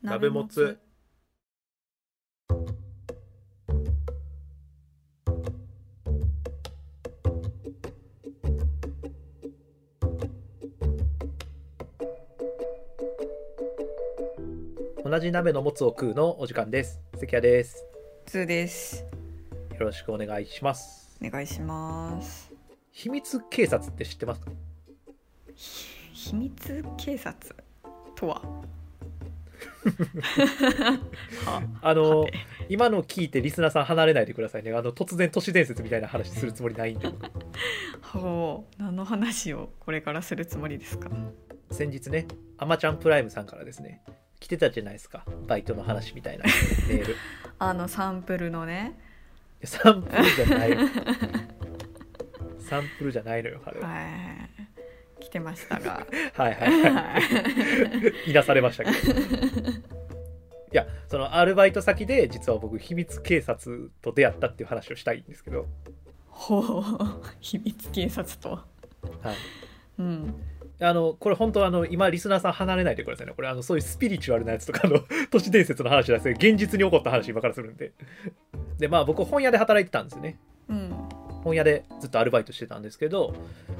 鍋もつ同じ鍋のもつを食うのお時間です関谷ですつですよろしくお願いしますお願いします秘密警察って知ってますか秘密警察とははあのはて今の聞いてリスナーさん離れないでくださいねあの突然都市伝説みたいな話するつもりないんで僕ほう何の話をこれからするつもりですか先日ねあまちゃんプライムさんからですね来てたじゃないですかバイトの話みたいなメールあのサンプルのねサンプルじゃないサンプルじゃないのよあれははい来てましたがはいはいははいいいなされましたけどいやそのアルバイト先で実は僕秘密警察と出会ったっていう話をしたいんですけど、ほう秘密警察とははい、うんあのこれ本当あの今リスナーさん離れないでくださいねこれあのそういうスピリチュアルなやつとかの 都市伝説の話じゃなくて現実に起こった話今からするんででまあ僕本屋で働いてたんですよねうん本屋でずっとアルバイトしてたんですけど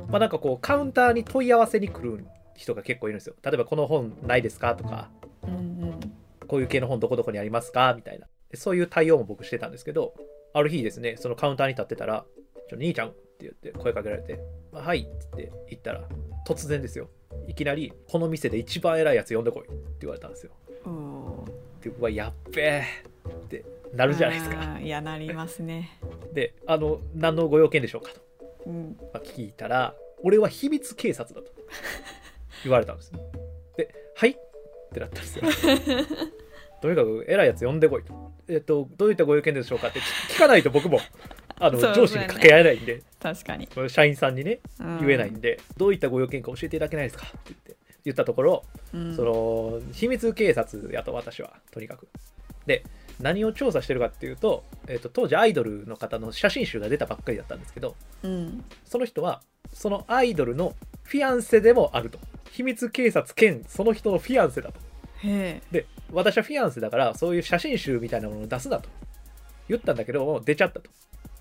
まあなんかこうカウンターに問い合わせに来る人が結構いるんですよ例えばこの本ないですかとかうんうんこういう系の本どこどこにありますかみたいな。でそういう対応も僕してたんですけど、ある日ですね、そのカウンターに立ってたら、ちょ兄ちゃんって言って声かけられて、あはいって言って行ったら、突然ですよ。いきなり、この店で一番偉いやつ呼んでこいって言われたんですよ。おーで、うわ、やっべえってなるじゃないですか。あーいやなりますねで、あの、何のご用件でしょうかと、うんまあ聞いたら、俺は秘密警察 だと言われたんですよ。で、はいってなったんです よ。とにかく偉いやつ呼んでこいと。えっと、どういったご意見でしょうかって聞かないと僕もあのそう上司に掛け合えないんで、確かに、社員さんにね、うん言えないんで、どういったご用件か教えていただけないですかって言って言ったところ、うんその秘密警察やと私はとにかく。で何を調査してるかっていうと、えっと、当時アイドルの方の写真集が出たばっかりだったんですけどうんその人はそのアイドルのフィアンセでもあると秘密警察兼その人のフィアンセだとへえで私はフィアンセだからそういう写真集みたいなものを出すなと言ったんだけどもう出ちゃったと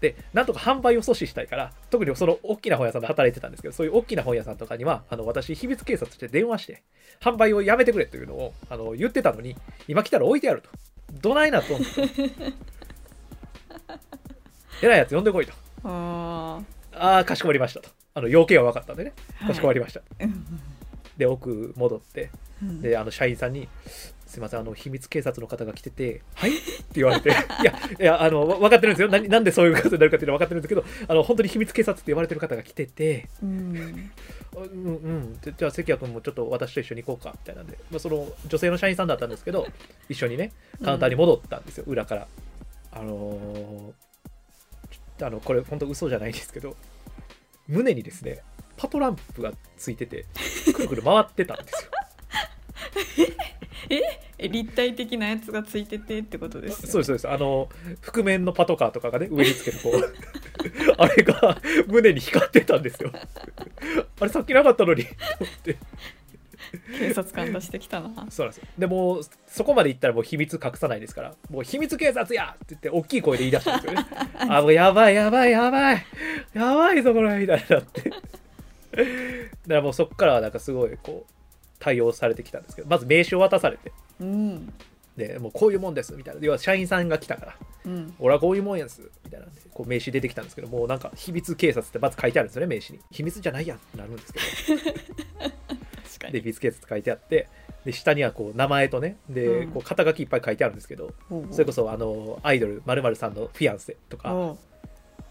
でなんとか販売を阻止したいから特にその大きな本屋さんで働いてたんですけどそういう大きな本屋さんとかにはあの私秘密警察として電話して販売をやめてくれというのをあの言ってたのに今来たら置いてやるとどないなと偉いやつ呼んでこいとおーああかしこまりましたとあの要件は分かったんでねかしこまりました、はいうんで奥戻ってうんであの社員さんに「すいませんあの秘密警察の方が来てて「はい?」って言われて「いやいやあのわ分かってるんですよななんでそういうことになるかっていうのは分かってるんですけどあの本当に秘密警察って言われてる方が来ててうん「あうんうんじゃじゃあ関谷君もちょっと私と一緒に行こうか」みたいなんで、まあ、その女性の社員さんだったんですけど一緒にねカウンターに戻ったんですよ、裏から。あのーちょっとあのこれ本当嘘じゃないですけど胸にですねパトランプがついててくるくる回ってたんですよ。え立体的なやつがついててってこと ですそううですそうですあの覆面のパトカーとかがね上につけるこう あれが胸に光ってたんですよあれさっきなかったのにと思って警察官出してきたなそうなんですよでもうそこまで行ったらもう秘密隠さないですからもう秘密警察やって言って大きい声で言い出したんです よねあもうやばいやばいやばいやばいぞこれみたいになってだからもうそこからはなんかすごいこう対応されてきたんですけどまず名刺を渡されてうんでもうこういうもんですみたいな要は社員さんが来たからうん俺はこういうもんやんすみたいなんでこう名刺出てきたんですけどもうなんか秘密警察ってまず書いてあるんですよね名刺に秘密じゃないやんってなるんですけど確かでに秘密警察書いてあってで下にはこう名前とねでうんこう肩書きいっぱい書いてあるんですけど、おうおうそれこそあのアイドルまるさんのフィアンセとかおう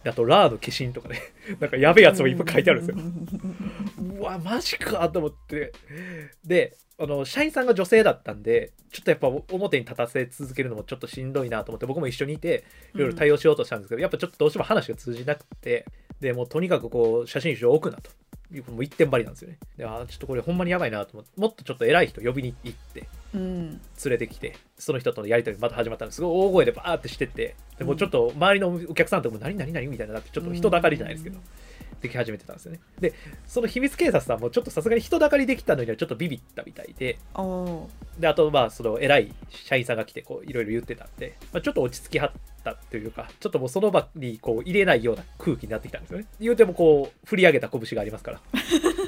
あとラーの化身とかね なんかやべえやつもいっぱい書いてあるんですようわマジかと思ってであの社員さんが女性だったんでちょっとやっぱ表に立たせ続けるのもちょっとしんどいなと思って僕も一緒にいていろいろ対応しようとしたんですけど、やっぱちょっとどうしても話が通じなくてでもうとにかくこう写真集を置くなというもう一点張りなんですよねであーちょっとこれほんまにやばいなと思ってもっとちょっと偉い人呼びに行ってうん連れてきてその人とのやり取りまた始まったんですすごい大声でバーってしてってでもうちょっと周りのお客さんとも「何何何?」みたいになってちょっと人だかりじゃないですけど、でき始めてたんですよねでその秘密警察さんもちょっとさすがに人だかりできたのにはちょっとビビったみたいでおおであとまあその偉い社員さんが来てこういろいろ言ってたんで、まあ、ちょっと落ち着きはったというかちょっともうその場にこう入れないような空気になってきたんですよね言うてもこう振り上げた拳がありますから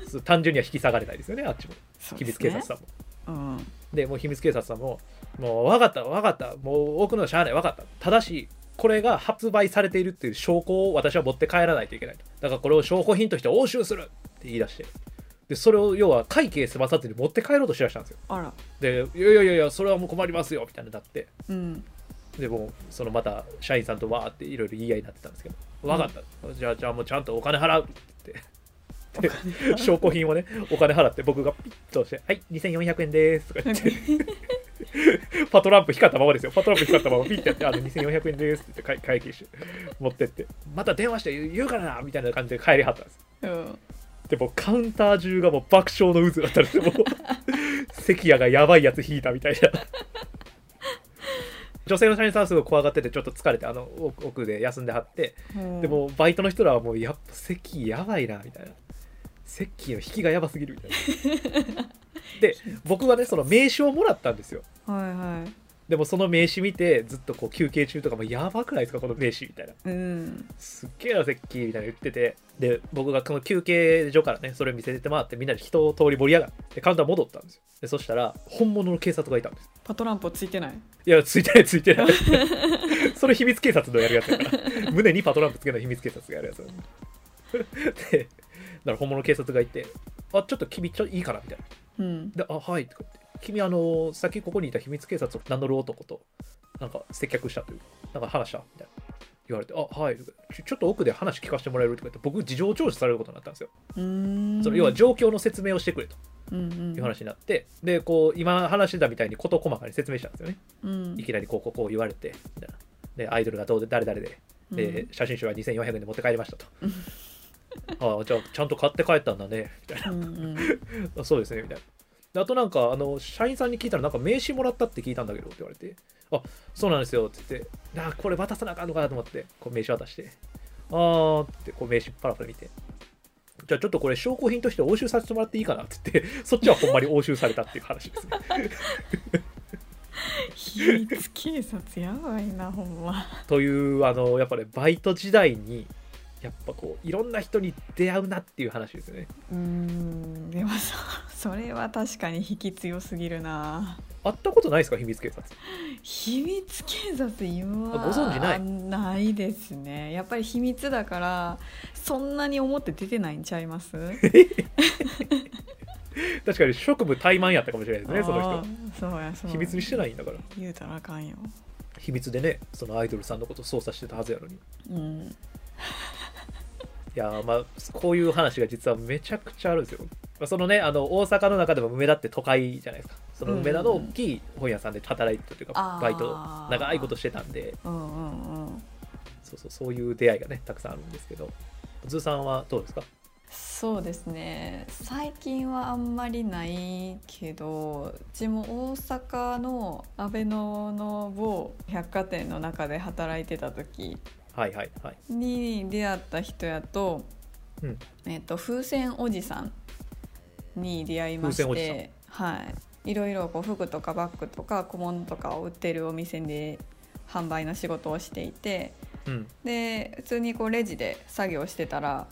そう単純には引き下がれないですよねあっちもそう秘で密す警ね察さんもうんでもう秘密警察さんも「もう分かった分かったもう奥のしゃあない分かったただしこれが発売されているっていう証拠を私は持って帰らないといけないとだからこれを証拠品として押収する」って言い出してでそれを要は会計済まさずに持って帰ろうとしだしたんですよあらで「いやいやいやいやそれはもう困りますよ」みたいになって うんでもうそのまた社員さんとわーっていろいろ言い合いになってたんですけど「分かった、じゃあじゃあもうちゃんとお金払う」って言ってで証拠品をねお金払って僕がピッと押して「はい2400円です」とか言ってパトランプ光ったままですよ。パトランプ光ったままピッてやって、あの2400円ですって言って会計して持ってって、また電話して言う言うからなみたいな感じで帰りはったんです。うんでもうカウンター中がもう爆笑の渦だったんですよ。もう関谷がやばいやつ引いたみたいな。女性の社員さんはすごい怖がっててちょっと疲れてあの奥奥で休んではってうんでもバイトの人らはもうやっぱ関やばいなみたいな関の引きがやばすぎるみたいなで僕はねその名刺をもらったんですよはいはいでもその名刺見てずっとこう休憩中とかもやばくないですかこの名刺みたいなうんすっげえなセッキーみたいな言っててで僕がこの休憩所からねそれ見せてもらってみんなで一通り盛り上がってカウンター戻ったんですよでそしたら本物の警察がいたんですパトランプついてないいやついてないついてないそれ秘密警察のやるやつだから胸にパトランプつけない秘密警察がやるやつなんですでだから本物の警察がいて「あちょっと君ちょいいかな」みたいなうんで、あ、はい、とか言って、君、あの、さっきここにいた秘密警察を名乗る男と、なんか接客したというか、なんか話したみたいな。言われて、あ、はい、とかちょちょっと奥で話聞かせてもらえるとか言って、僕、事情聴取されることになったんですよ。うーんその要は状況の説明をしてくれとうんうんいう話になって、で、こう、今話してたみたいに事細かに説明したんですよね。うんいきなりこう、こう、こう言われて、みたいな。で、アイドルがどうで、誰々で、で、写真集は2400円で持って帰りましたと。あじゃあ、ちゃんと買って帰ったんだね、みたいな。うんうんあそうですねみたいなであとなんかあの社員さんに聞いたらなんか名刺もらったって聞いたんだけどって言われてあそうなんですよって言ってあこれ渡さなあかんのかなと思ってこう名刺渡してあーってこう名刺パラパラ見てじゃあちょっとこれ証拠品として押収させてもらっていいかなって言って そっちはほんまに押収されたっていう話 ですね秘密警察やばいなほんまというあのやっぱねバイト時代にやっぱこういろんな人に出会うなっていう話ですよねうーんでもさそれは確かに引き強すぎるな会ったことないですか秘密警察秘密警察今はあご存知ないないですねやっぱり秘密だからそんなに思って出てないんちゃい ます確かに職務怠慢やったかもしれないですねそあのーそうやそうや人秘密にしてないんだから言うたらあかんよ秘密でねそのアイドルさんのこと操作してたはずやのにいうんやーまあこういう話が実はめちゃくちゃあるんですよ、まあ、そのねあの大阪の中でも梅田って都会じゃないですかその梅田の大きい本屋さんで働いてたというか、あーバイト長いことしてたんでうんうんうんそうそうそういう出会いがねたくさんあるんですけどズーさんはどうですかそうですね最近はあんまりないけどうちも大阪の阿倍野の某百貨店の中で働いてた時はいはいはいに出会った人やと,、うんえっと風船おじさんに出会いまし風船おじて、はい、いろいろこう服とかバッグとか小物とかを売ってるお店で販売の仕事をしていてうん で普通にこうレジで作業してたら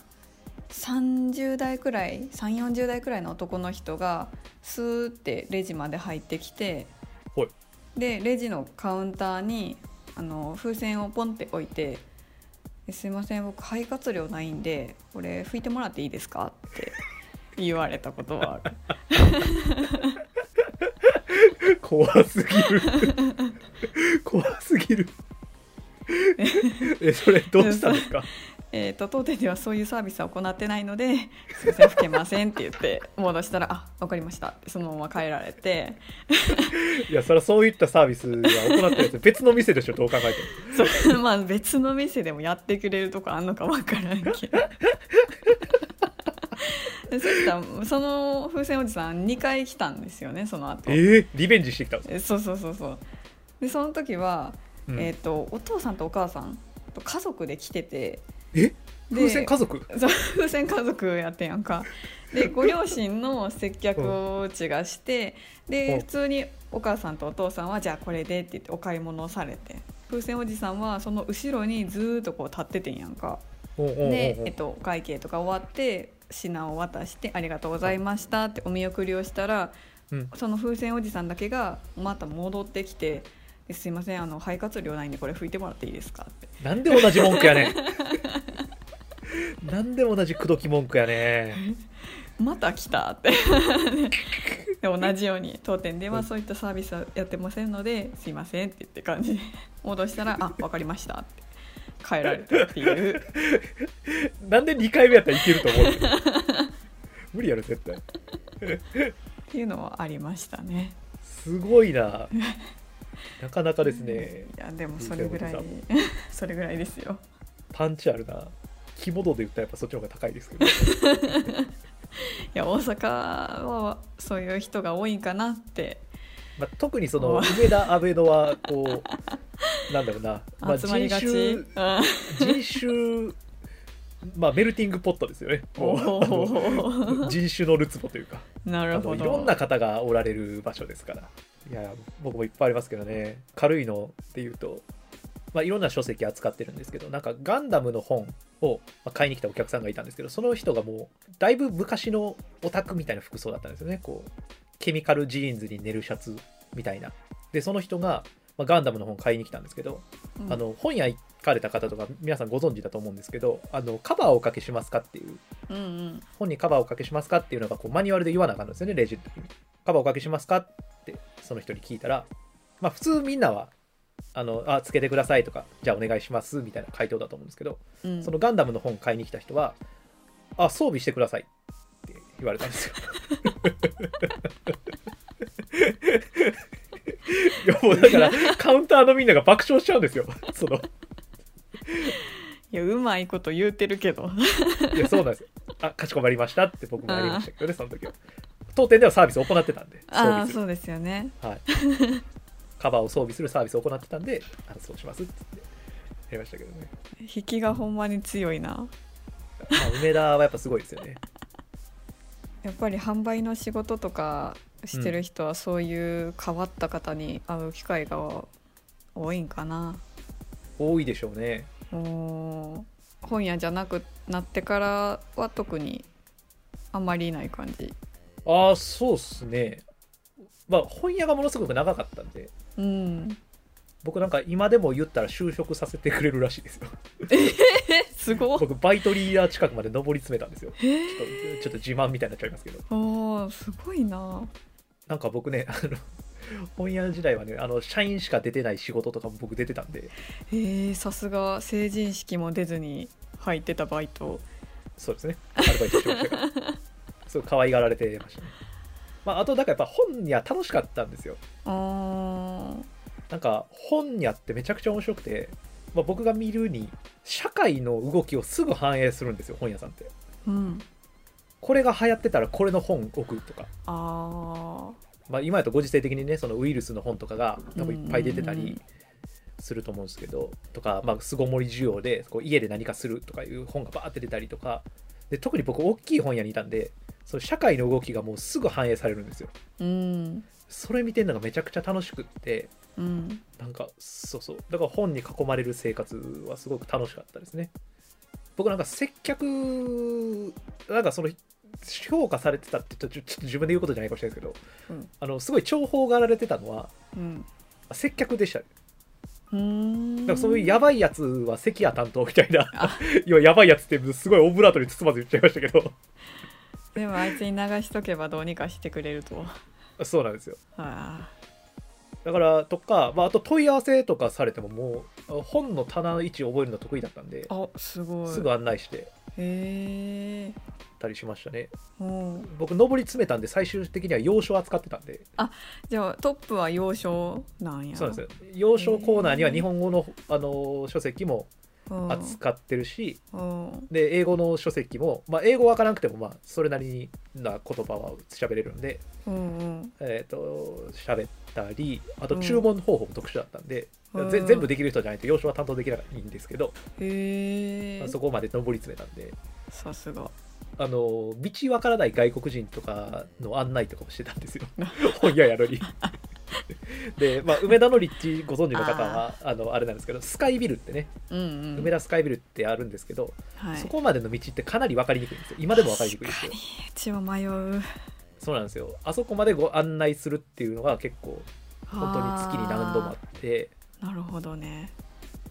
30代くらい340代くらいの男の人がスーってレジまで入ってきてほいでレジのカウンターにあの風船をポンって置いて「ですいません僕肺活量ないんでこれ拭いてもらっていいですか?」って言われたことはある怖すぎる怖すぎるえそれどうしたんですかえーと当店ではそういうサービスは行ってないので「すいません拭けません」って言って戻したら「あわかりました」ってそのまま帰られて。いやそれはそういったサービスは行ってるやつ別の店でしょどう考えてもそうまあ別の店でもやってくれるとこあんのか分からんけどでそしたらその風船おじさん2回来たんですよねその後ええリベンジしてきたんです、えそうそうそうそうでその時は、うんえー、とお父さんとお母さんと家族で来ててえで風船家族そう風船家族やってんやんか でご両親の接客をうちがしてうでん普通にお母さんとお父さんはじゃあこれでって言ってお買い物をされて風船おじさんはその後ろにずーっとこう立っててんやんかおうおうおうおうで、えっと、お会計とか終わって品を渡して「ありがとうございました」ってお見送りをしたらうんその風船おじさんだけがまた戻ってきて「ですいませんあの肺活量ないんでこれ拭いてもらっていいですか?」ってなんで同じ文句やねん なんで同じ口説き文句やね「んまた来た」って で同じように当店ではそういったサービスはやってませんので「すいません」って言って感じで戻したら「あわかりました」って帰られたっていうなんで2回目やったらいけると思う無理やろ絶対っていうのはありましたね。すごいななかなかですねいやでもそれぐらい風船 それぐらいですよ。パンチあるな肝度で言ったらやっぱそっちの方が高いですけどいや大阪はそういう人が多いんかなってまあ、特に その梅田阿部のはこうなんだろうな、まあ、集人まりがち、種うん人種まあメルティングポットですよねもうあのおー人種のるつぼというかなあるのほいどろんな方がおられる場所ですからいや僕もいっぱいありますけどね軽いのっていうと、まあ、いろんな書籍扱ってるんですけどなんかガンダムの本をまあ買いに来たお客さんがいたんですけどその人がもうだいぶ昔のオタクみたいな服装だったんですよねこうケミカルジーンズに寝るシャツみたいなでその人が、まあ、ガンダムの本買いに来たんですけどうんあの本屋行かれた方とか皆さんご存知だと思うんですけどあのカバーをおかけしますかっていううんうん本にカバーをおかけしますかっていうのがこうマニュアルで言わなあかんのですよねレジの時にカバーおかけしますかってその人に聞いたらまあ普通みんなはあのあつけてくださいとかじゃあお願いしますみたいな回答だと思うんですけどうんそのガンダムの本買いに来た人はあ装備してくださいって言われたんで すよ いやもうだからカウンターのみんなが爆笑しちゃうんですよそのいやうまいこと言うてるけどいやそうなんですよあかしこまりましたって僕もやりましたけどねその時は当店ではサービスを行ってたんで装ああ備するそうですよねはい、カバーを装備するサービスを行ってたんであのそうしますって言ってやりましたけどね、引きがほんまに強いなまあ、梅田はやっぱすごいですよねやっぱり販売の仕事とかしてる人はそういう変わった方に会う機会が多いんかな多いでしょうねおー本屋じゃなくなってからは特にあんまりいない感じああそうっすねまあ本屋がものすごく長かったんでうん僕なんか今でも言ったら就職させてくれるらしいですよえすごっ僕バイトリーダー近くまで上り詰めたんですよちょっとちょっと自慢みたいになっちゃいますけどおーすごいななんか僕ねあ の本屋時代はねあの社員しか出てない仕事とかも僕出てたんでえー、さすが成人式も出ずに入ってたバイトそうですね。アルバイトしてましたから。すごい可愛がられてましたね。まあ、あと、なんかやっぱ本には楽しかったんですよ。あーなんか本にあってめちゃくちゃ面白くて、まあ、僕が見るに、社会の動きをすぐ反映するんですよ、本屋さんって。うんこれが流行ってたらこれの本置くとか。あまあ、今やとご時世的にね、そのウイルスの本とかが多分いっぱい出てたうんうんうりんすると思うんですけど、とか、まあ、巣ごもり需要でこう家で何かするとかいう本がバーって出たりとか、で特に僕大きい本屋にいたんで、その社会の動きがもうすぐ反映されるんですよ。ーうんそれ見てるのがめちゃくちゃ楽しくってうんなんかそうそうだから本に囲まれる生活はすごく楽しかったですね僕なんか接客なんかその評価されてたってちょちょちょっと自分で言うことじゃないかもしれないですけどうんあのすごい重宝がられてたのはうん接客でしたねうーんなんかそういうやばいやつは関谷担当みたいなあ 要はやばいやつってすごいオブラートに包まず言っちゃいましたけど でもあいつに流しとけばどうにかしてくれるとそうなんですよあだからとか、まあ、あと問い合わせとかされてももう本の棚の位置を覚えるの得意だったんでーあすごいすぐ案内してへえったりしましたねうん僕上り詰めたんで最終的には洋書を扱ってたんでじゃあトップは幼少なんやそうなんですよ洋書コーナーには日本語のあの書籍もうん扱ってるし、うんで英語の書籍も、まあ、英語わからなくてもまあそれなりな言葉は喋れるんでうんうんえっ、と喋ったりあと注文方法も特殊だったんで、ぜ全部できる人じゃないと要所は担当できないんですけど、へえそこまで上り詰めたんでさすがあの道わからない外国人とかの案内とかもしてたんですよ 本屋や のに。で、まあ、梅田の立地ご存知の方はあのあれなんですけどスカイビルってね、うんうん梅田スカイビルってあるんですけど、はいそこまでの道ってかなり分かりにくいんですよ今でも分かりにくいです確よかにうちは迷うそうなんですよあそこまでご案内するっていうのが結構本当に月に何度もあってあーなるほどね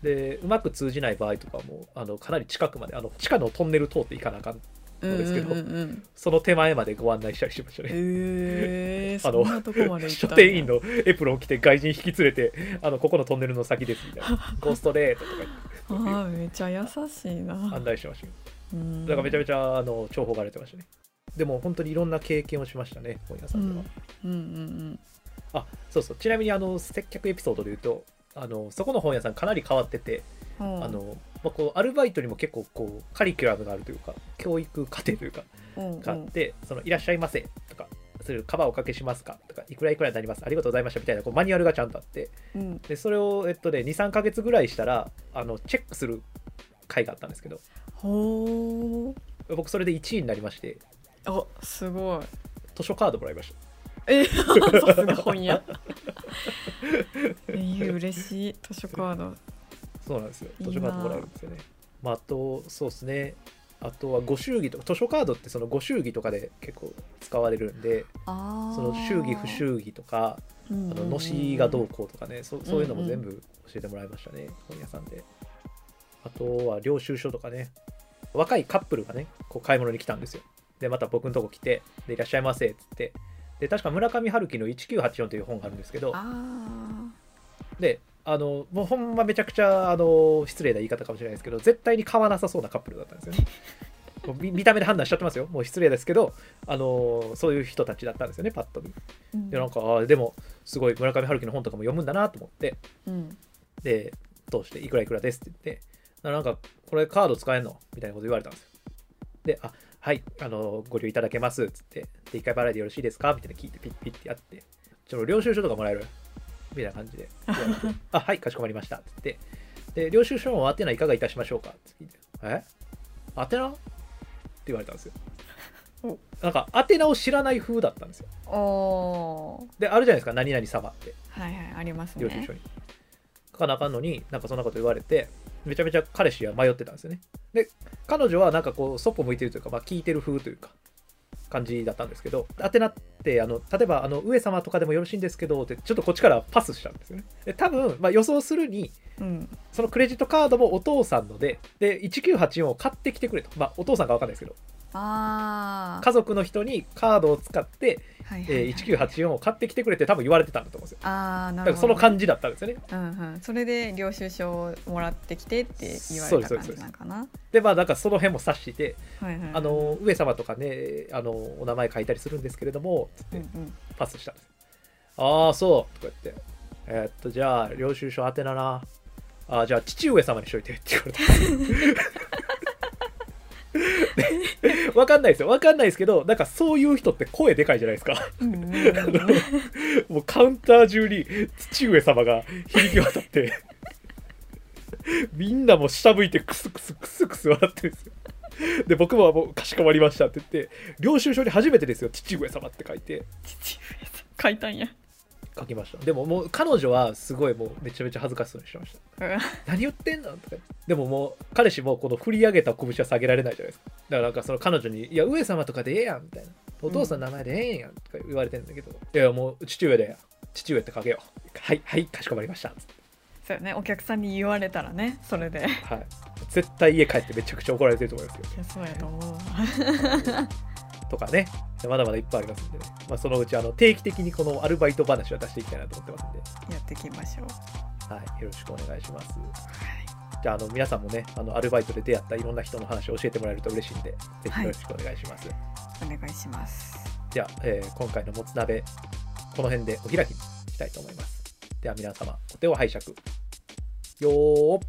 でうまく通じない場合とかもあのかなり近くまであの地下のトンネル通っていかなあかんそうですけどうんうんうんその手前までご案内したりしましたね。えー、そあのんなとこま で行書ったんだ店員のエプロン着て外人引き連れてあのここのトンネルの先ですみた いなゴーストレートとかあ言ってーめちゃ優しいな案内してましたようんだからめちゃめちゃあの重宝がれてましたねでも本当にいろんな経験をしましたね本屋さんでは、うんうんあそうそうちなみにあの接客エピソードで言うとあのそこの本屋さんかなり変わってて、うんうんあのまあ、こうアルバイトにも結構こうカリキュラムがあるというか教育課程というかうんうんがあって「そのいらっしゃいませ」とか「それカバーおかけしますか?」とか「いくらいくらになりますありがとうございました」みたいなこうマニュアルがちゃんとあってうんでそれを、えっとね、23ヶ月ぐらいしたらあのチェックする回があったんですけどほー僕それで1位になりましてあすごい図書カードもらいましたえ さすが本屋えー嬉しい図書カードそうなんですよいい図な書カードもらえるんですよねまあ、あとそうですねあとはご祝儀とか図書カードってそのご祝儀とかで結構使われるんであーその祝儀不祝儀とかあうんうんのうんのしがどうこうとかねそそういうのも全部教えてもらいましたね本屋さんであとは領収書とかね若いカップルがねこう買い物に来たんですよでまた僕のとこ来て「でいらっしゃいませ」っつってで確か村上春樹の「1984」という本があるんですけどあーであのもうほんまめちゃくちゃあの失礼な言い方かもしれないですけど絶対に買わなさそうなカップルだったんです よねもう見見た目で判断しちゃってますよもう失礼ですけどあのそういう人たちだったんですよねパッと見うんでなんかあーでもすごい村上春樹の本とかも読むんだなと思ってうんで通していくらいくらですって言ってななんかこれカード使えんのみたいなこと言われたんですよであはいあのご利用いただけますっつってで1回払いでよろしいですかみたいな聞いてピッピッてやってちょっと領収書とかもらえるみたいな感じで言われてあはいかしこまりましたっつってで領収書の宛名いかがいたしましょうかって聞いてえ宛名って言われたんですよおなんか宛名を知らない風だったんですよおーであるじゃないですか何々様ってはいはいありますね領収書に書かなあかんのになんかそんなこと言われてめちゃめちゃ彼氏は迷ってたんですよねで彼女はなんかこうそっぽ向いてるというか、まあ、聞いてる風というか感じだったんですけど宛名ってあの例えばあの上様とかでもよろしいんですけどってちょっとこっちからパスしたんですよねで多分、まあ、予想するにうんそのクレジットカードもお父さんのでで1984を買ってきてくれと、まあ、お父さんか分かんないですけどああ家族の人にカードを使って、はいはいはいえー1984を買ってきてくれって多分言われてたんだと思うんですよああなだるからほどその感じだったんですよねうんうん、それで領収書をもらってきてって言わそうれでたすそ感うですじなんかな。でまあなんかその辺も察してはいはいはいあ、の上様とかねあのお名前書いたりするんですけれどもつっうんうてん、パスしたんです、ああそうとか言ってえーっとじゃあ領収書宛てななあーじゃあ父上様にしといてって 言わ れたんですでわかんないですよわかんないですけどなんかそういう人って声でかいじゃないですかうんうんうんうん、 もうカウンター中に父上様が響き渡って みんなもう下向いてクスクスクスクス笑ってるんですよで僕ももうかしこまりましたって言って領収書に初めてですよ父上様って書いて父上さん書いたんや。書きましたでももう彼女はすごいもうめちゃめちゃ恥ずかしそうにしてました 何言ってんのとか言ってでももう彼氏もこの振り上げた拳は下げられないじゃないですかだからなんかその彼女に「いや上様とかでええやん」みたいな「お父さんの名前でええやん」とか言われてんだけど「いやもう父上で父上って書けよ」「はいはいかしこまりました」つってそうよね、お客さんに言われたらね、そ れで。はい、絶対家帰ってめちゃくちゃ怒られてると思いますよいやそうやと思うわ。とかねまだまだいっぱいありますんでね、まあ、そのうちあの定期的にこのアルバイト話は出していきたいなと思ってますんで、やっていきましょう。はい、よろしくお願いしますはい、じゃああの皆さんもねあのアルバイトで出会ったいろんな人の話を教えてもらえると嬉しいんでぜひよろしくお願いします、お願いします。じゃあ、えー今回のもつ鍋、この辺でお開きにしたいと思います。では皆様、お手を拝借。よーっ